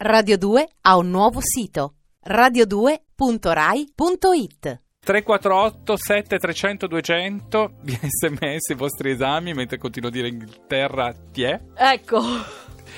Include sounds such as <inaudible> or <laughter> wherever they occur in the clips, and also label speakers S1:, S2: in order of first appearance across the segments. S1: Radio 2 ha un nuovo sito radio2.rai.it
S2: 348 7300 200 <laughs> via sms i vostri esami mentre continuo a dire Inghilterra ti è
S3: Ecco,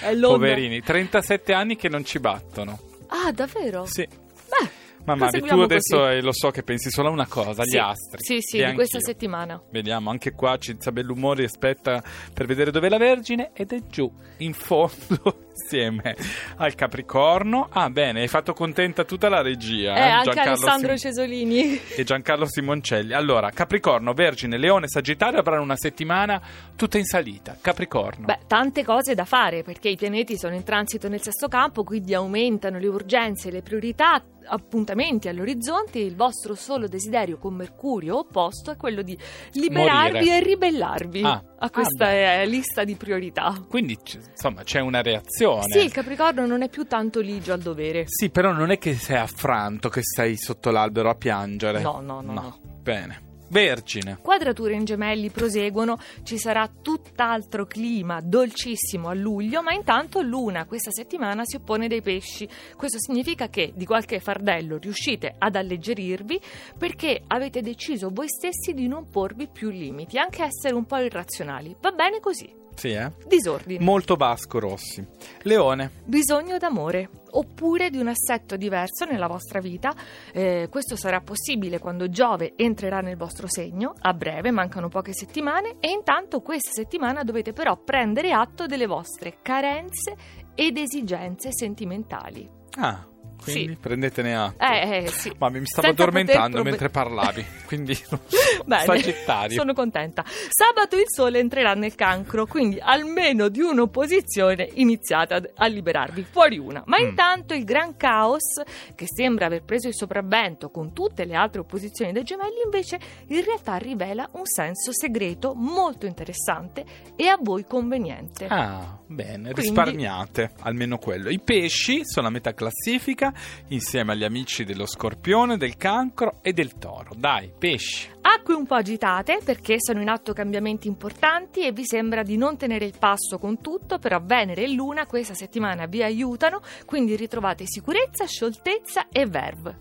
S3: è l'onda.
S2: poverini 37 anni che non ci battono
S3: Ah, davvero?
S2: sì
S3: Beh,
S2: mamma tu
S3: proseguiamo
S2: adesso
S3: così.
S2: eh, lo so che pensi solo a una cosa agli
S3: sì.
S2: astri
S3: Sì, sì,
S2: E
S3: di
S2: anch'io.
S3: questa settimana.
S2: Vediamo, anche qua Cinzia Bellumori aspetta per vedere dov'è la Vergine ed è giù, in fondo, <laughs> insieme al Capricorno. Ah, bene, hai fatto contenta tutta la regia.
S3: eh, anche
S2: Giancarlo
S3: Alessandro
S2: Sim-
S3: Cesolini.
S2: e Giancarlo Simoncelli. Allora, Capricorno, Vergine, Leone, Sagittario avranno una settimana tutta in salita. Capricorno.
S3: Beh, tante cose da fare perché i pianeti sono in transito nel stesso campo, quindi aumentano le urgenze, le priorità, appuntamenti all'orizzonte. Il vostro solo desiderio con Mercurio opposto è quello di liberarvi
S2: Morire.
S3: e ribellarvi
S2: Ah.
S3: a questa
S2: Ah,
S3: eh, lista di priorità.
S2: Quindi, c- insomma, c'è una reazione.
S3: Sì, il Capricorno non è più tanto ligio al dovere.
S2: Sì, però non è che sei affranto, che stai sotto l'albero a piangere.
S3: No, no, no, no.
S2: Bene. Vergine.
S3: Quadrature in gemelli proseguono, ci sarà tutt'altro clima dolcissimo a luglio, ma intanto Luna questa settimana si oppone dei pesci. Questo significa che di qualche fardello riuscite ad alleggerirvi perché avete deciso voi stessi di non porvi più limiti, anche essere un po' irrazionali. Va bene così.
S2: Sì, eh?
S3: Disordini,
S2: Molto Vasco Rossi. Leone.
S3: bisogno d'amore oppure di un assetto diverso nella vostra vita. Eh, questo sarà possibile quando Giove entrerà nel vostro segno, a breve, mancano poche settimane, e intanto questa settimana dovete però prendere atto delle vostre carenze ed esigenze sentimentali.
S2: Ah, quindi
S3: Sì.
S2: prendetene atto.
S3: Eh, eh, sì.
S2: Ma mi stavo
S3: Senza
S2: addormentando
S3: poter probe-
S2: mentre parlavi,
S3: <laughs>
S2: quindi non
S3: Bene,
S2: Sagittario.
S3: sono contenta. Sabato il sole entrerà nel cancro, quindi almeno di un'opposizione iniziate ad- a liberarvi, fuori una. Ma
S2: Mm.
S3: intanto il gran caos che sembra aver preso il sopravvento con tutte le altre opposizioni dei gemelli, invece in realtà rivela un senso segreto molto interessante e a voi conveniente.
S2: Ah, bene,
S3: Quindi-
S2: risparmiate almeno quello. I pesci sono a metà classifica insieme agli amici dello scorpione, del cancro e del toro. Dai, pesci.
S3: Acque un po' agitate perché sono in atto cambiamenti importanti e vi sembra di non tenere il passo con tutto, però Venere e Luna questa settimana vi aiutano, quindi ritrovate sicurezza, scioltezza e verve.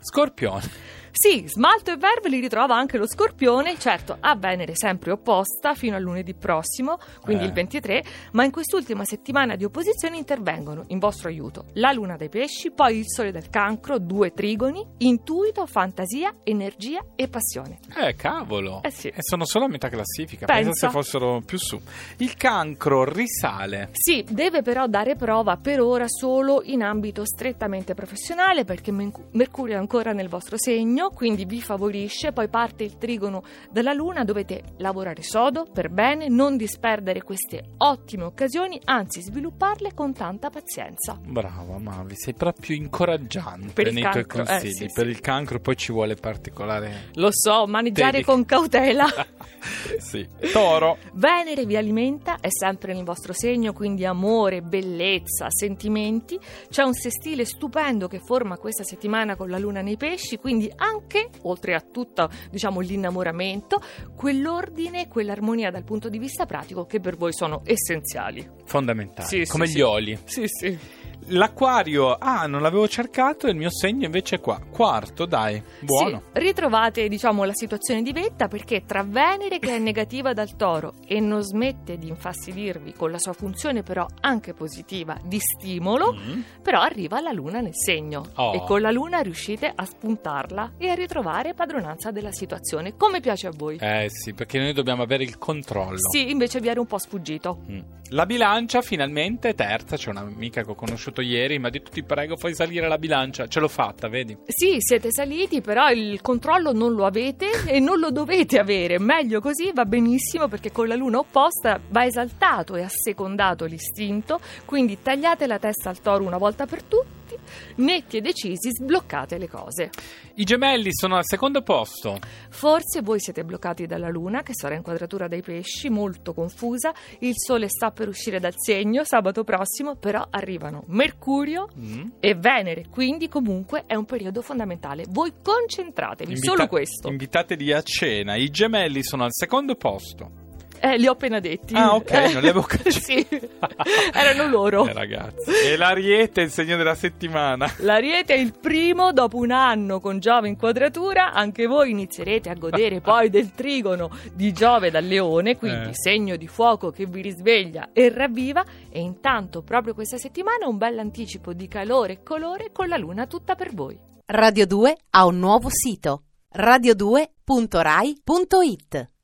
S2: Scorpione.
S3: Sì, smalto e verve li ritrova anche lo scorpione, certo a Venere sempre opposta fino a lunedì prossimo, quindi
S2: Eh.
S3: il 23, ma in quest'ultima settimana di opposizione intervengono in vostro aiuto la luna dei pesci, poi il sole del cancro, due trigoni, intuito, fantasia, energia e passione.
S2: Eh, cavolo.
S3: Eh sì.
S2: E sono solo a metà classifica.
S3: Pensa.
S2: Pensa se fossero più su. Il cancro risale.
S3: Sì, deve però dare prova per ora solo in ambito strettamente professionale perché Men- Mercurio è ancora nel vostro segno, quindi vi favorisce, poi parte il trigono dalla Luna, dovete lavorare sodo, per bene, non disperdere queste ottime occasioni, anzi svilupparle con tanta pazienza.
S2: Brava Mavi, sei proprio incoraggiante
S3: Per il
S2: nei tuoi
S3: cancro, eh,
S2: consigli.
S3: sì, sì.
S2: per il cancro poi ci vuole particolare... <laughs>
S3: Lo so, maneggiare
S2: Devi-
S3: con cautela.
S2: sì. Toro.
S3: Venere vi alimenta, è sempre nel vostro segno, quindi amore, bellezza, sentimenti. C'è un sestile stupendo che forma questa settimana con la luna nei pesci, quindi anche, oltre a tutto diciamo, l'innamoramento, quell'ordine e quell'armonia dal punto di vista pratico che per voi sono essenziali.
S2: Fondamentale.
S3: Sì, sì,
S2: come gli
S3: sì.
S2: oli.
S3: Sì, sì.
S2: L'acquario, ah, non l'avevo cercato, il mio segno invece è qua. Quarto, dai, buono.
S3: Sì, ritrovate diciamo la situazione di vetta perché tra Venere che è negativa dal toro e non smette di infastidirvi con la sua funzione però anche positiva di stimolo,
S2: Mm.
S3: Però arriva la luna nel segno
S2: Oh.
S3: e con la luna riuscite a spuntarla e a ritrovare padronanza della situazione, come piace a voi.
S2: Eh sì, perché noi dobbiamo avere il controllo.
S3: Sì, invece vi era un po' sfuggito.
S2: Mm. La bilancia finalmente è terza, c'è un'amica che ho conosciuto ieri, mi ha detto ti prego fai salire la bilancia, ce l'ho fatta, vedi?
S3: Sì, siete saliti, però il controllo non lo avete e non lo dovete avere. Meglio così, va benissimo perché con la luna opposta va esaltato e assecondato l'istinto, quindi tagliate la testa al toro una volta per tutti, netti e decisi, sbloccate le cose.
S2: I gemelli sono al secondo posto.
S3: Forse voi siete bloccati dalla luna, che sarà in quadratura dai pesci, molto confusa. Il sole sta per uscire dal segno sabato prossimo, però arrivano Mercurio
S2: Mm.
S3: e Venere, quindi comunque è un periodo fondamentale. Voi concentratevi,
S2: Invita-
S3: solo questo.
S2: Invitateli a cena, i gemelli sono al secondo posto.
S3: Eh, li ho appena detti.
S2: Ah, ok,
S3: Eh,
S2: non li avevo capiti.
S3: <laughs> sì, erano loro.
S2: <laughs> Eh, ragazzi. E l'ariete è il segno della settimana.
S3: L'Ariete è il primo dopo un anno con Giove in quadratura, anche voi inizierete a godere poi del trigono di Giove dal Leone, quindi
S2: Eh.
S3: segno di fuoco che vi risveglia e ravviva e intanto proprio questa settimana un bel anticipo di calore e colore con la luna tutta per voi.
S1: Radio 2 ha un nuovo sito radio2.rai.it